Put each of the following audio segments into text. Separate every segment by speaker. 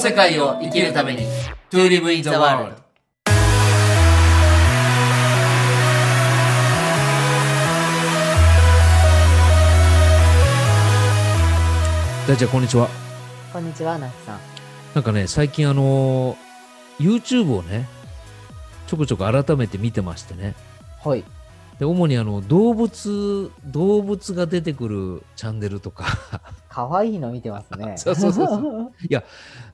Speaker 1: 世界を生きるために To live in the world
Speaker 2: 大ちゃんこんにちは
Speaker 3: こんにちは、ナツさん。
Speaker 2: なんかね最近あのー YouTube をねちょこちょこ改めて見てましてね
Speaker 3: はい。
Speaker 2: で主にあの動物動物が出てくるチャンネルとか
Speaker 3: 可愛いの見てますね。
Speaker 2: そうそうそうそ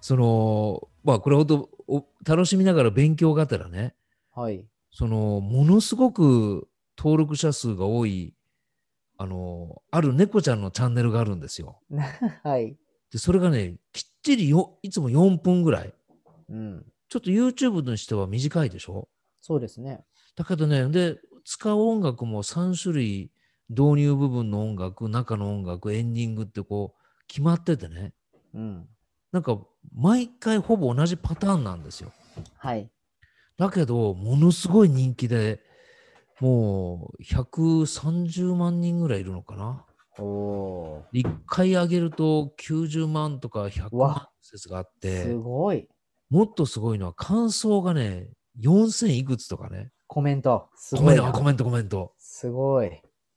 Speaker 2: そのまあこれほどお楽しみながら勉強がてらね
Speaker 3: はい。
Speaker 2: そのものすごく登録者数が多いあのある猫ちゃんのチャンネルがあるんですよ。
Speaker 3: はい。
Speaker 2: でそれがねきっちりよいつも4分ぐらい
Speaker 3: うん。
Speaker 2: ちょっと YouTube にしては短いでしょ
Speaker 3: そうですね。
Speaker 2: だけどねで使う音楽も3種類導入部分の音楽中の音楽エンディングってこう決まっててね
Speaker 3: うん。
Speaker 2: なんか毎回ほぼ同じパターンなんですよ。
Speaker 3: はい。
Speaker 2: だけどものすごい人気でもう130万人ぐらいいるのかな。
Speaker 3: おお
Speaker 2: 1回上げると90万とか100
Speaker 3: う
Speaker 2: 万
Speaker 3: わ
Speaker 2: 説があっ
Speaker 3: ー。す
Speaker 2: て
Speaker 3: ごい。
Speaker 2: もっとすごいのは感想がね4000いくつとかね
Speaker 3: コメント。す
Speaker 2: コ
Speaker 3: ご
Speaker 2: メン
Speaker 3: い
Speaker 2: ト
Speaker 3: な。
Speaker 2: コメントコメント
Speaker 3: すごい。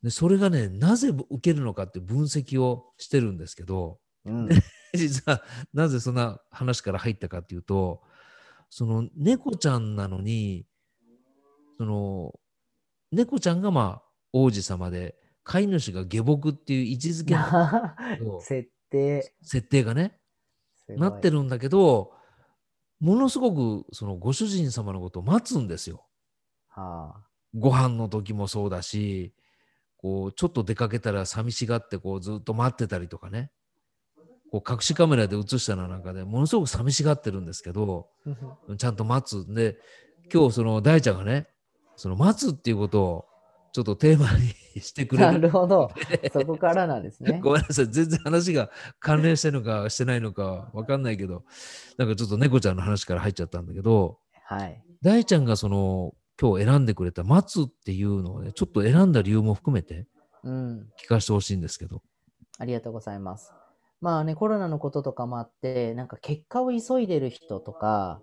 Speaker 2: でそれがねなぜ受けるのかって分析をしてるんですけど
Speaker 3: うん。
Speaker 2: 実はなぜそんな話から入ったかっていうとその猫ちゃんなのにその猫ちゃんがまあ王子様で飼い主が下僕っていう位置づけ の
Speaker 3: 設定。
Speaker 2: 設定がね
Speaker 3: すごい
Speaker 2: なって。るんだけどものすごくそのご主人様のことを待つんですよ。
Speaker 3: はあ。
Speaker 2: ご飯の時もそうだしこうちょっと出かけたら寂しがってこうずっと待ってたりとかねこう隠しカメラで映したのなんかでものすごく寂しがってるんですけどちゃんと待つんで今日その大ちゃんがねその待つっていうことをちょっとテーマにしてくれ
Speaker 3: な
Speaker 2: る
Speaker 3: るほど。そこからなんですね。
Speaker 2: ごめんなさい全然話が関連してるのかしてないのかわかんないけどなんかちょっと猫ちゃんの話から入っちゃったんだけど
Speaker 3: はい。
Speaker 2: 大ちゃんがその今日選んでくれた「待つ」っていうのをねちょっと選んだ理由も含めて
Speaker 3: うん。
Speaker 2: 聞かせてほしいんですけど。
Speaker 3: ありがとうございます。まあね、コロナのこととかもあって、なんか結果を急いでる人とか、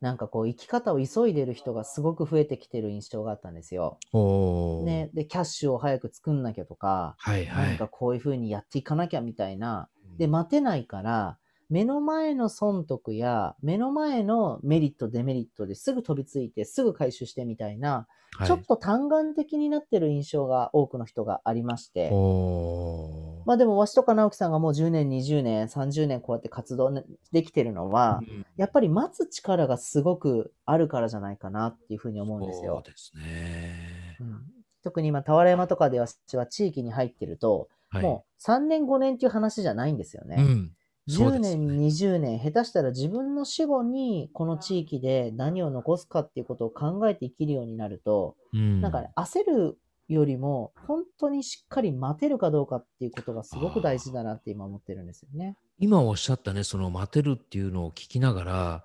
Speaker 3: なんかこう生き方を急いでる人がすごく増えてきてる印象があったんですよ。
Speaker 2: おー
Speaker 3: ね、で、キャッシュを早く作んなきゃとか、
Speaker 2: はいは
Speaker 3: なん
Speaker 2: い
Speaker 3: か。こういうふうにやっていかなきゃみたいな。で、待てないから、目の前の損得や、目の前のメリット、デメリットですぐ飛びついて、すぐ回収してみたいな、
Speaker 2: はい
Speaker 3: ちょっと単眼的になってる印象が多くの人がありまして。
Speaker 2: おー
Speaker 3: まあでも、わしとか直樹さんがもう10年、20年、30年こうやって活動ねできてるのは、
Speaker 2: うん
Speaker 3: やっぱり待つ力がすごくあるからじゃないかなっていうふうに思うんです
Speaker 2: そう
Speaker 3: よ。
Speaker 2: ですね。
Speaker 3: うん特に今、俵山とかでわしは地域に入ってると、
Speaker 2: はい。
Speaker 3: もう3年、5年っていう話じゃないんですよね。
Speaker 2: うん。そう
Speaker 3: 10
Speaker 2: です
Speaker 3: 年、
Speaker 2: ね
Speaker 3: 20年、下手したら自分の死後にこの地域で何を残すかっていうことを考えて生きるようになると、
Speaker 2: うん
Speaker 3: なんかね、焦るよりも、本当にしっかり待てるかどうかっていうことがすごく大事だなって今思ってるんですよね。
Speaker 2: 今おっしゃったね、その待てるっていうのを聞きながら、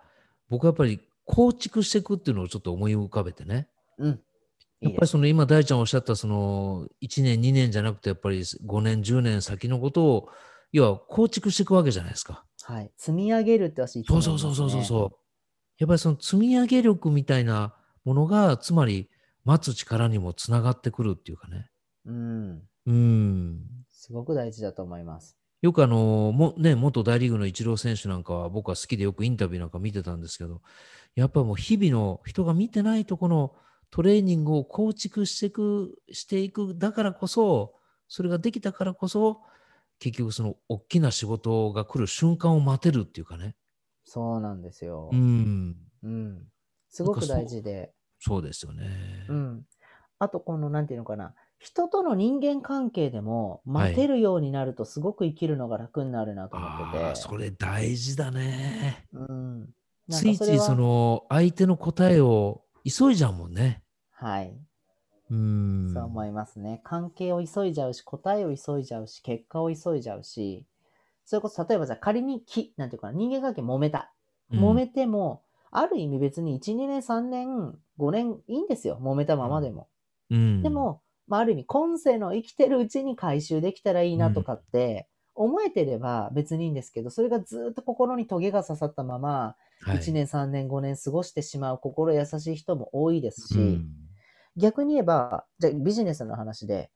Speaker 2: 僕はやっぱり構築していくっていうのをちょっと思い浮かべてね。
Speaker 3: うん。い
Speaker 2: や
Speaker 3: い
Speaker 2: っぱ
Speaker 3: で
Speaker 2: り
Speaker 3: す。
Speaker 2: その今大ちゃんおっしゃったその1年2年じゃなくてやっぱり5年10年先のことを要は構築していくわけじゃないですか。
Speaker 3: はい。積み上げるって私いつ
Speaker 2: そ
Speaker 3: も
Speaker 2: う
Speaker 3: 言い
Speaker 2: そ
Speaker 3: ま
Speaker 2: う
Speaker 3: すね、
Speaker 2: そうそうそうそう。やっぱりその積み上げ力みたいなものがつまり待つ力にもつながってくるっていうかね。
Speaker 3: うん。
Speaker 2: うん。
Speaker 3: すごく大事だと思います。
Speaker 2: よくあのも、ね、元大リーグのイチロー選手なんかは僕は好きでよくインタビューなんか見てたんですけど、やっぱもう日々の人が見てないとこのトレーニングを構築していく、していくだからこそ、それができたからこそ、結局その大きな仕事が来る瞬間を待てるっていうかね。
Speaker 3: そうなんですよ。
Speaker 2: う。ん。
Speaker 3: うん、すごく大事で。
Speaker 2: そうですよね。
Speaker 3: うん。あと、この、なんていうのかな。人との人間関係でも、
Speaker 2: はい
Speaker 3: 待てるようになるとすごく生きるのが楽になるなと思ってて。
Speaker 2: ああ、それ大事だね。
Speaker 3: うん。なんかそ
Speaker 2: ついつ
Speaker 3: れ
Speaker 2: い
Speaker 3: は
Speaker 2: そ、の相手の答えを急いじゃうもんね。
Speaker 3: はい。
Speaker 2: うん。
Speaker 3: そう思いますね。関係を急いじゃうし、答えを急いじゃうし、結果を急いじゃうし、それこそ例えばじゃあ仮にき、なんていうかな、人間関係揉めた。
Speaker 2: うん
Speaker 3: 揉めても、ある意味別に1、2年、3年、5年いいんですよ。揉めたままでも。
Speaker 2: うん
Speaker 3: でも、まあ、ある意味今世の生きてるうちに回収できたらいいなとかって思えてれば別にいいんですけど、それがずっと心にトゲが刺さったまま、
Speaker 2: はい
Speaker 3: 1年、3年、5年過ごしてしまう心優しい人も多いですし、
Speaker 2: うん
Speaker 3: 逆に言えば、じゃあビジネスの話で、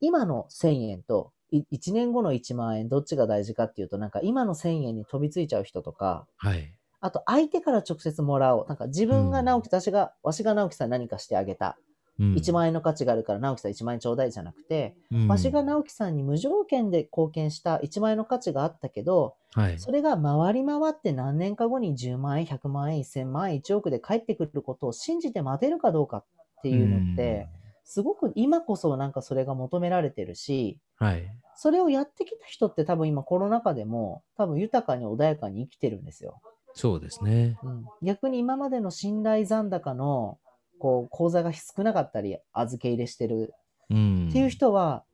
Speaker 3: 今の1000円と1年後の1万円、どっちが大事かっていうと、なんか今の1000円に飛びついちゃう人とか、
Speaker 2: はい。
Speaker 3: あと相手から直接もらおう。なんか自分
Speaker 2: う
Speaker 3: が
Speaker 2: ん
Speaker 3: 直樹、私が、わしが直樹さんに何かしてあげた。
Speaker 2: うん
Speaker 3: 1万円の価値があるから直樹さん1万円ちょうだいじゃなくて、
Speaker 2: うん
Speaker 3: わしが直樹さんに無条件で貢献した1万円の価値があったけど、
Speaker 2: はい。
Speaker 3: それが回り回って何年か後に10万円、100万円、1000万円、1億で返ってくることを信じて待てるかどうかっていうのって、すごく今こそなんかそれが求められてるし、
Speaker 2: うん、はい。
Speaker 3: それをやってきた人って多分今コロナ禍でも多分豊かに穏やかに生きてるんですよ。
Speaker 2: そうですね。
Speaker 3: うん、逆に今までの信頼残高のこう口座が少なかったり預け入れしてる
Speaker 2: うん。
Speaker 3: っていう人は、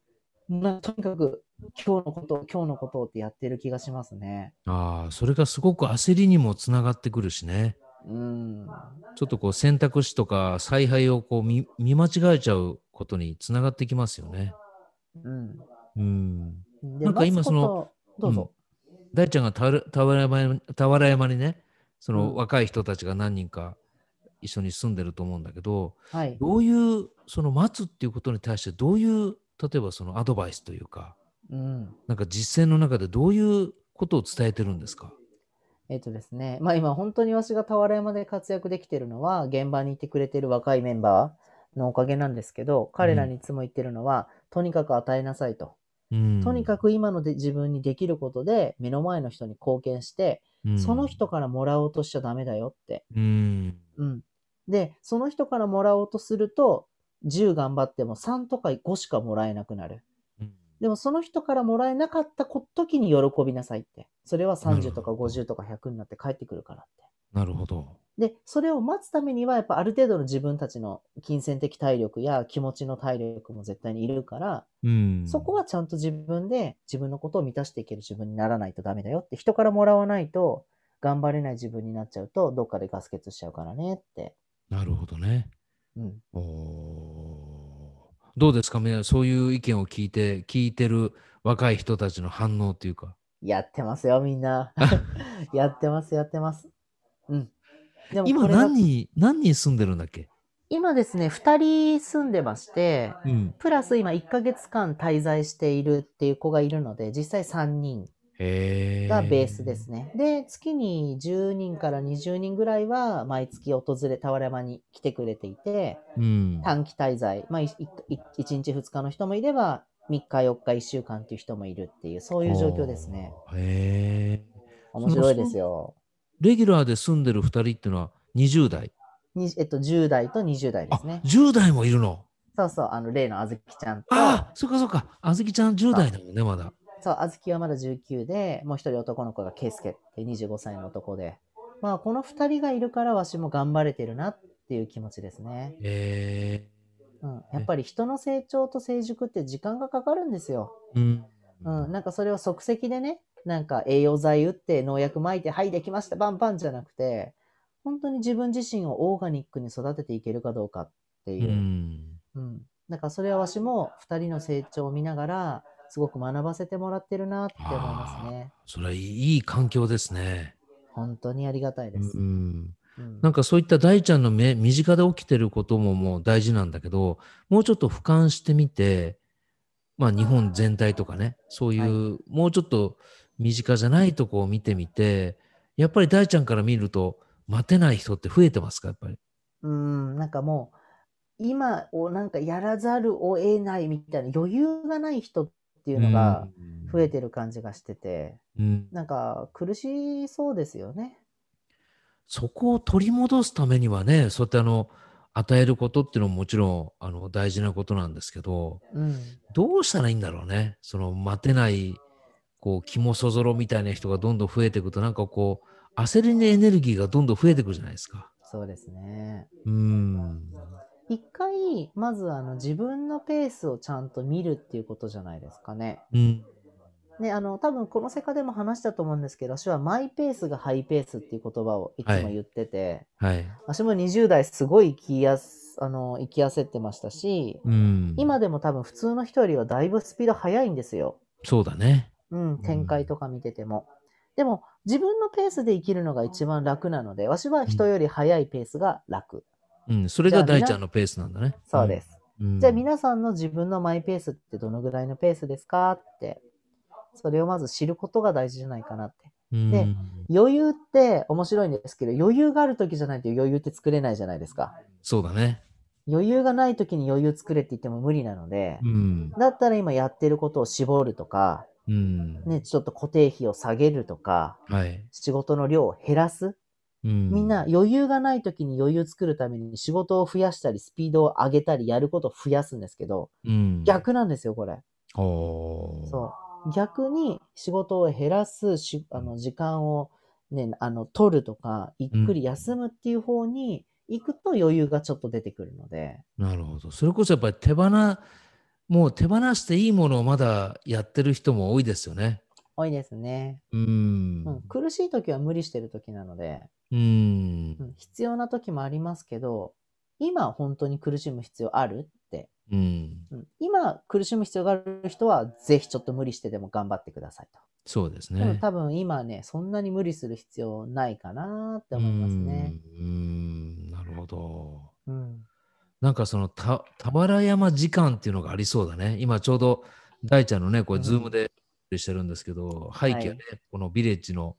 Speaker 3: なとにかく今日のことを今日のことをってやってる気がしますね。
Speaker 2: ああ、それがすごく焦りにもつながってくるしね。
Speaker 3: うん、
Speaker 2: ちょっとこう選択肢とか采配をこう見見間違えちゃうことにつながってきますよね。
Speaker 3: うん、
Speaker 2: うん。
Speaker 3: で
Speaker 2: なんか今その、
Speaker 3: 待つことどうぞ。
Speaker 2: ん大ちゃんがたわ俵山に俵山にね、そうの
Speaker 3: ん
Speaker 2: 若い人たちが何人か一緒に住んでると思うんだけど、
Speaker 3: はい。
Speaker 2: どういう、その待つっていうことに対してどういう、例えばそのアドバイスというか、
Speaker 3: うん。
Speaker 2: なんか実践の中でどういうことを伝えてるんですか
Speaker 3: えっとですね、まあ今本当に私が俵山で活躍できてるのは、現場にいてくれてる若いメンバーのおかげなんですけど、彼らにいつも言ってるのは、とにかく与えなさいと。
Speaker 2: うん
Speaker 3: とにかく今ので自分にできることで、目の前の人に貢献して、その人、からもらおうとしちゃダメだよって。
Speaker 2: うん
Speaker 3: うん。で、その人からもらおうとすると、10頑張っても3とか5しかもらえなくなる。
Speaker 2: うん
Speaker 3: でもその人からもらえなかったこ時に喜びなさいって。それは30とか
Speaker 2: なるほど
Speaker 3: 50とか100になって帰ってくるからって。
Speaker 2: なるほど。
Speaker 3: で、それを待つためには、やっぱある程度の自分たちの金銭的体力や気持ちの体力も絶対にいるから、
Speaker 2: うん、
Speaker 3: そこはちゃんと自分で自分のことを満たしていける自分にならないとダメだよって、人からもらわないと頑張れない自分になっちゃうと、どっかでガス欠しちゃうからねって。
Speaker 2: なるほどね。
Speaker 3: うん。
Speaker 2: おーどうですか、みんなそういう意見を聞いて、聞いてる若い人たちの反応というか。
Speaker 3: やってますよ、みん な。やってます、やってます。うん。で
Speaker 2: 今
Speaker 3: これが
Speaker 2: 何人、何人住んでるんだっけ
Speaker 3: 今ですね、2人住んでまして、
Speaker 2: うん。
Speaker 3: プラス今1ヶ月間滞在しているっていう子がいるので、実際3人
Speaker 2: へえ。
Speaker 3: がベースで。すね。で、月に10人から20人ぐらいは毎月訪れ、俵山に来てくれていて、
Speaker 2: うん。
Speaker 3: 短期滞在、まあ、いい1日2日の人もいれば、3日4日1週間っていう人もいるっていう、そういう状況ですね。
Speaker 2: おー。へえ。
Speaker 3: 面白いですよ。
Speaker 2: レギュラーで住んでる2人っていうのは20代。
Speaker 3: にえっと、10代と20代で
Speaker 2: あ、
Speaker 3: すね。
Speaker 2: 10代もいるの。
Speaker 3: そうそう、あの、例のあずきちゃんと、
Speaker 2: ああ、そっかそっか。あずきちゃん10代だもんね、まだ。
Speaker 3: そう、あずきはまだ19で、もう一人男の子がケイスケって25歳の男で、まあ、この二人がいるから、わしも頑張れてるなっていう気持ちですね。
Speaker 2: へえ。
Speaker 3: うん。やっぱり人の成長と成熟って時間がかかるんですよ。
Speaker 2: うん。
Speaker 3: うん。なんかそれを即席でね、なんか栄養剤打って農薬撒いて、はい、できました、バンバンじゃなくて、本当に自分自身をオーガニックに育てていけるかどうかっていうう。
Speaker 2: ん。
Speaker 3: うん。だからそれはわしも二人の成長を見ながら、すごく学ばせてもらってるなって思いますね。
Speaker 2: それはいいいい環境ですね。
Speaker 3: 本当にありがたいです。
Speaker 2: うん。
Speaker 3: うん
Speaker 2: なんかそういった大ちゃんの目身近で起きてることももう大事なんだけどもうちょっと俯瞰してみてまあ日本全体とかねそういう、もうちょっと身近じゃないとこを見てみてやっぱり大ちゃんから見ると待てない人って増えてますかやっぱり。
Speaker 3: うん、なんかもう、今をなんかやらざるを得ないみたいな余裕がない人っていうのが増えてる感じがしてて、
Speaker 2: うん、うん
Speaker 3: なんか苦しそうですよね。
Speaker 2: そこを取り戻すためにはねそうやってあの与えることっていうのももちろんあの大事なことなんですけど、
Speaker 3: うん。
Speaker 2: どうしたらいいんだろうね。その待てない、こう、肝そぞろみたいな人がどんどん増えていくと、なんかこう、焦りのエネルギーがどんどん増えていくじゃないですか。
Speaker 3: そうですね。
Speaker 2: うーん。
Speaker 3: 一回、まずあの自分のペースをちゃんと見るっていうことじゃないですかね。
Speaker 2: うん。
Speaker 3: ね、あの、多分この世界でも話したと思うんですけど、私はマイペースがハイペースっていう言葉をいつも言ってて、
Speaker 2: はい。
Speaker 3: 私も20代すごい生きやす、あの、生き焦ってましたし、
Speaker 2: うん。
Speaker 3: 今でも多分普通の人よりはだいぶスピード速いんですよ。
Speaker 2: そうだね。
Speaker 3: うん、展開とか見てても。でも、自分のペースで生きるのが一番楽なので、わしは人より速いペースが楽。
Speaker 2: うん、それ
Speaker 3: じゃ
Speaker 2: が
Speaker 3: あみんな
Speaker 2: 大ちゃんのペースなんだね。
Speaker 3: そうです。
Speaker 2: うん。
Speaker 3: じゃあ皆さんの自分のマイペースってどのぐらいのペースですかって、それをまず知ることが大事じゃないかなって。
Speaker 2: うん、
Speaker 3: ね余裕って面白いんですけど、余裕がある時じゃないと余裕って作れないじゃないですか。
Speaker 2: そうだね。
Speaker 3: 余裕がない時に余裕作れって言っても無理なので、
Speaker 2: うん。
Speaker 3: だったら今やってることを絞るとか、
Speaker 2: うん。
Speaker 3: ね、ちょっと固定費を下げるとか、
Speaker 2: はい。
Speaker 3: 仕事の量を減らす。
Speaker 2: うん、
Speaker 3: みんな、余裕がない時に余裕作るために仕事を増やしたり、スピードを上げたり、やることを増やすんですけど、
Speaker 2: うん、。
Speaker 3: 逆なんですよ、これ。
Speaker 2: おー
Speaker 3: そう。逆に仕事を減らす、しあの時間を、ね、あの取るとか、ゆっくり休むっていう方に行くと余裕がちょっと出てくるので、
Speaker 2: なるほど。それこそやっぱり手放、もう手放していいものをまだやってる人も多いですよね。
Speaker 3: 多いですね。
Speaker 2: うん。
Speaker 3: うん、苦しい時は無理してる時なので、
Speaker 2: うん
Speaker 3: う。ん、必要な時もありますけど、今本当に苦しむ必要あるって、
Speaker 2: うん。
Speaker 3: うん、今苦しむ必要がある人は、ぜひちょっと無理してでも頑張ってくださいと。
Speaker 2: そうです
Speaker 3: でも
Speaker 2: ね。
Speaker 3: 多分今ね、そんなに無理する必要ないかなって思いますね。
Speaker 2: うん。うんなるほど。
Speaker 3: うん。
Speaker 2: なんかそのた俵山時間っていうのがありそうだね。今ちょうど大ちゃんのね、こ
Speaker 3: う
Speaker 2: れ
Speaker 3: ん
Speaker 2: ズームでしてるんですけど、背景はね、
Speaker 3: はい
Speaker 2: このビレッジの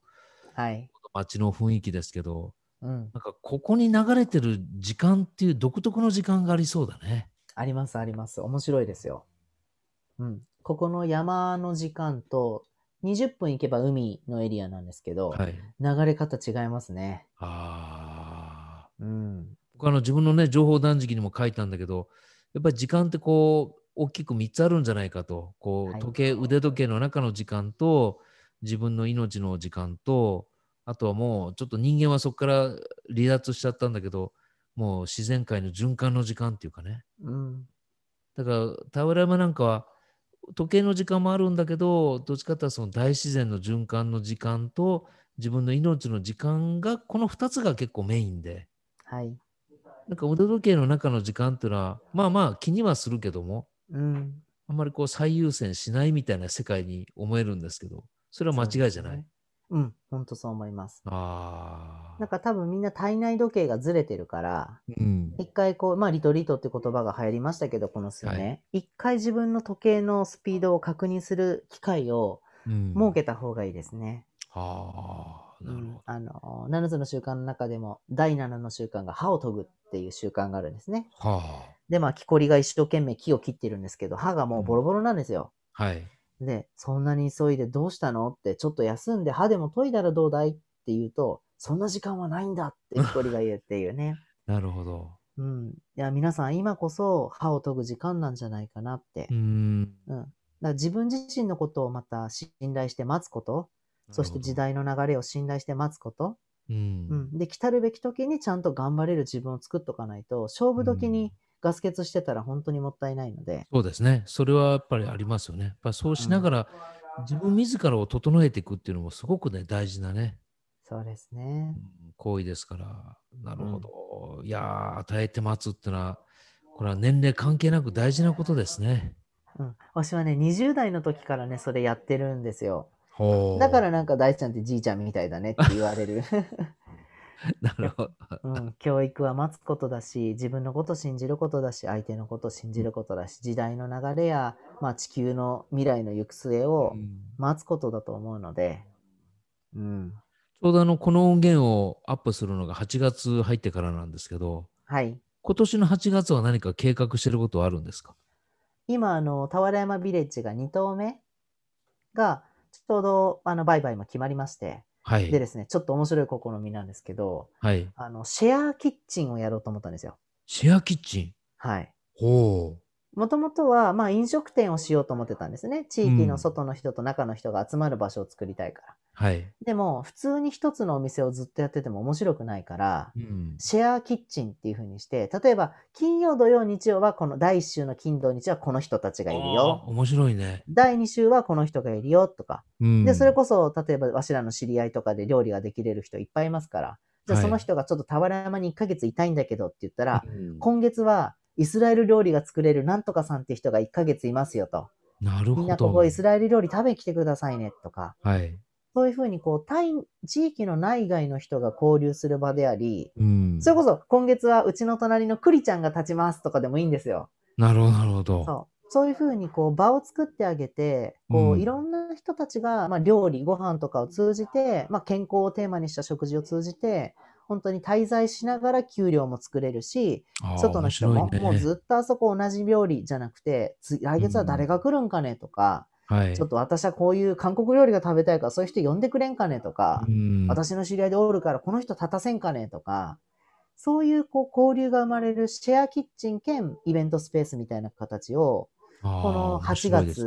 Speaker 3: はい。
Speaker 2: 街の雰囲気ですけど、
Speaker 3: うん。
Speaker 2: なんかここに流れてる時間っていう独特の時間がありそうだね。
Speaker 3: ありますあります。面白いですよ。うん。ここの山の時間と、20分行けば海のエリアなんですけど、
Speaker 2: はい。
Speaker 3: 流れ方違いますね。
Speaker 2: ああ。
Speaker 3: うん。
Speaker 2: 僕あの自分のね、情報断食にも書いたんだけど、やっぱり時間ってこう、大きく3つあるんじゃないかと。こ
Speaker 3: は
Speaker 2: う、
Speaker 3: い
Speaker 2: 時計、腕時計の中の時間と、自分の命の時間と、あとはもう、ちょっと人間はそこから離脱しちゃったんだけど、もう自然界の循環の時間っていうかね。
Speaker 3: うん。
Speaker 2: だから、田浦山なんかは、時計の時間もあるんだけど、どっちかっていうとその大自然の循環の時間と、自分の命の時間が、この2つが結構メインで。
Speaker 3: はい。
Speaker 2: なんか腕時計の中の時間っていうのは、まあまあ気にはするけども、
Speaker 3: うん。
Speaker 2: あんまりこう最優先しないみたいな世界に思えるんですけど、それは間違いじゃな
Speaker 3: そうで
Speaker 2: い。
Speaker 3: すねうん。ほんとそう思います。
Speaker 2: あ
Speaker 3: なん
Speaker 2: あ。
Speaker 3: か多分みんな体内時計がずれてるから、
Speaker 2: うん。
Speaker 3: 一回こう、まあリトリートって言葉が流行りましたけど、この数年。一回自分の時計のスピードを確認する機会を
Speaker 2: うん
Speaker 3: 設けた方がいいですね。
Speaker 2: ああ、なるほど。
Speaker 3: あの、7つの習慣の中でも、第7の習慣が歯を研ぐっていう習慣があるんですね。
Speaker 2: は
Speaker 3: で、まあ、木こりが一生懸命木を切ってるんですけど、歯がもうボロボロなんですよ。
Speaker 2: あ。はい。
Speaker 3: で、そんなに急いでどうしたのって、ちょっと休んで歯でも研いだらどうだいって言うと、そんな時間はないんだって木こりが言うっていうね。
Speaker 2: なるほど。
Speaker 3: うん。いや、皆さん今こそ歯を研ぐ時間なんじゃないかなって
Speaker 2: う。ん。
Speaker 3: うん。だから自分自身のことをまた信頼して待つこと、そして時代の流れを信頼して待つこと、
Speaker 2: なるほど。うん。
Speaker 3: うん、で来たるべき時にちゃんと頑張れる自分を作っとかないと勝負時
Speaker 2: うん
Speaker 3: にガス欠してたら本当にもったいないので、
Speaker 2: そうですね。それはやっぱりありますよね。やっぱそうしながら、自分自らを整えていくっていうのもすごくね、大事なね、
Speaker 3: そうですね
Speaker 2: うん行為ですから。なるほど。いやー、与えて待つってのは、これは年齢関係なく大事なことですね。
Speaker 3: うん私はね20代の時からねそれやってるんですよ
Speaker 2: ほ
Speaker 3: だから、なんか大ちゃんってじいちゃんみたいだねって言われる、
Speaker 2: なるほど。
Speaker 3: うん、教育は待つことだし自分のこと信じることだし相手のこと信じることだし時代の流れや、まあ、地球の未来の行く末を
Speaker 2: うん
Speaker 3: 待つことだと思うのでうん
Speaker 2: ちょうどあの、この音源をアップするのが8月入ってからなんですけど、
Speaker 3: はい
Speaker 2: 今年の8月は何か計画してることはあるんですか
Speaker 3: 今、あの、俵山ビレッジが2棟目が、ちょうど、あの、売買も決まりまして、
Speaker 2: は
Speaker 3: で
Speaker 2: い。
Speaker 3: ですね、ちょっと面白い試みなんですけど、
Speaker 2: はい。
Speaker 3: あの、シェアキッチンをやろうと思ったんですよ。
Speaker 2: シェアキッチン。
Speaker 3: はい。
Speaker 2: ほ
Speaker 3: もともとは、まあ、飲食店をしようと思ってたんですね。地域の外の人と中の人が集まる場所を作りたいから。
Speaker 2: う。はい。
Speaker 3: でも、普通に一つのお店をずっとやってても面白くないから
Speaker 2: う、ん。
Speaker 3: シェアキッチンっていう風にして、例えば、金曜、土曜、日曜は、この第1週の金土日はこの人たちがいるよ
Speaker 2: あ。ー面白いね。
Speaker 3: 第2週はこの人がいるよとか。
Speaker 2: うん
Speaker 3: で、それこそ、例えば、わしらの知り合いとかで料理ができれる人いっぱいいますから、じゃあ
Speaker 2: はい
Speaker 3: その人がちょっと俵山に1ヶ月いたいんだけどって言ったら、
Speaker 2: うん
Speaker 3: 今月はイスラエル料理が作れるなんとかさんって人が1ヶ月いますよと。
Speaker 2: なる
Speaker 3: みん
Speaker 2: ほ
Speaker 3: なこ
Speaker 2: ど。
Speaker 3: こイスラエル料理食べに来てくださいねとか、
Speaker 2: はい。
Speaker 3: そういうふうにこう、対、地域の内外の人が交流する場であり、
Speaker 2: うん。
Speaker 3: それこそ今月はうちの隣のクリちゃんが立ちますとかでもいいんですよ。
Speaker 2: なるほど、なるほど。
Speaker 3: そう。そういうふうにこう場を作ってあげて、こ
Speaker 2: う
Speaker 3: うんいろんな人たちが、まあ、料理、ご飯とかを通じて、まあ、健康をテーマにした食事を通じて、本当に滞在しながら給料も作れるし、
Speaker 2: あー
Speaker 3: 外の人
Speaker 2: 面
Speaker 3: も、
Speaker 2: 白いね、
Speaker 3: もうずっとあそこ同じ料理じゃなくて、つ来月は誰が来るんかねとか、
Speaker 2: はい。
Speaker 3: ちょっと私はこういう韓国料理が食べたいからそういう人呼んでくれんかねとか、
Speaker 2: うん、
Speaker 3: 私の知り合いでおるからこの人立たせんかねとか、そういうこう交流が生まれるシェアキッチン兼イベントスペースみたいな形を、この
Speaker 2: あー面
Speaker 3: 8
Speaker 2: 白いです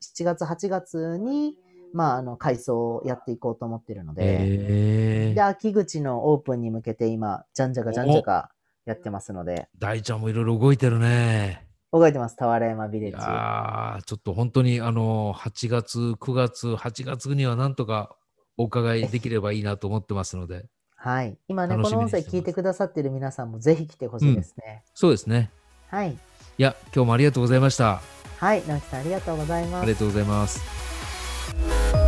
Speaker 3: 月、7
Speaker 2: ね
Speaker 3: 月、8月に、まあ、あの、改装をやっていこうと思ってるので、
Speaker 2: ええ
Speaker 3: で、秋口のオープンに向けて今、じゃんじゃかじゃんじゃかやってますので、
Speaker 2: 大ちゃんもいろいろ動いてるね。
Speaker 3: 覚えてます、俵山ビレ
Speaker 2: い
Speaker 3: ッジ。
Speaker 2: やーちょっと本当にあの8月、9月、8月にはなんとかお伺いできればいいなと思ってますので、
Speaker 3: はい。今ね、
Speaker 2: 楽
Speaker 3: こ
Speaker 2: しみ
Speaker 3: の
Speaker 2: にし
Speaker 3: 音
Speaker 2: て
Speaker 3: 声
Speaker 2: ます
Speaker 3: 聞いてくださってる皆さんもぜひ来てほしいですね。
Speaker 2: そうですね。
Speaker 3: はい。
Speaker 2: いや、今日もありがとうございました。
Speaker 3: はい。直樹さん、ありがとうございます
Speaker 2: あり。がとうございます。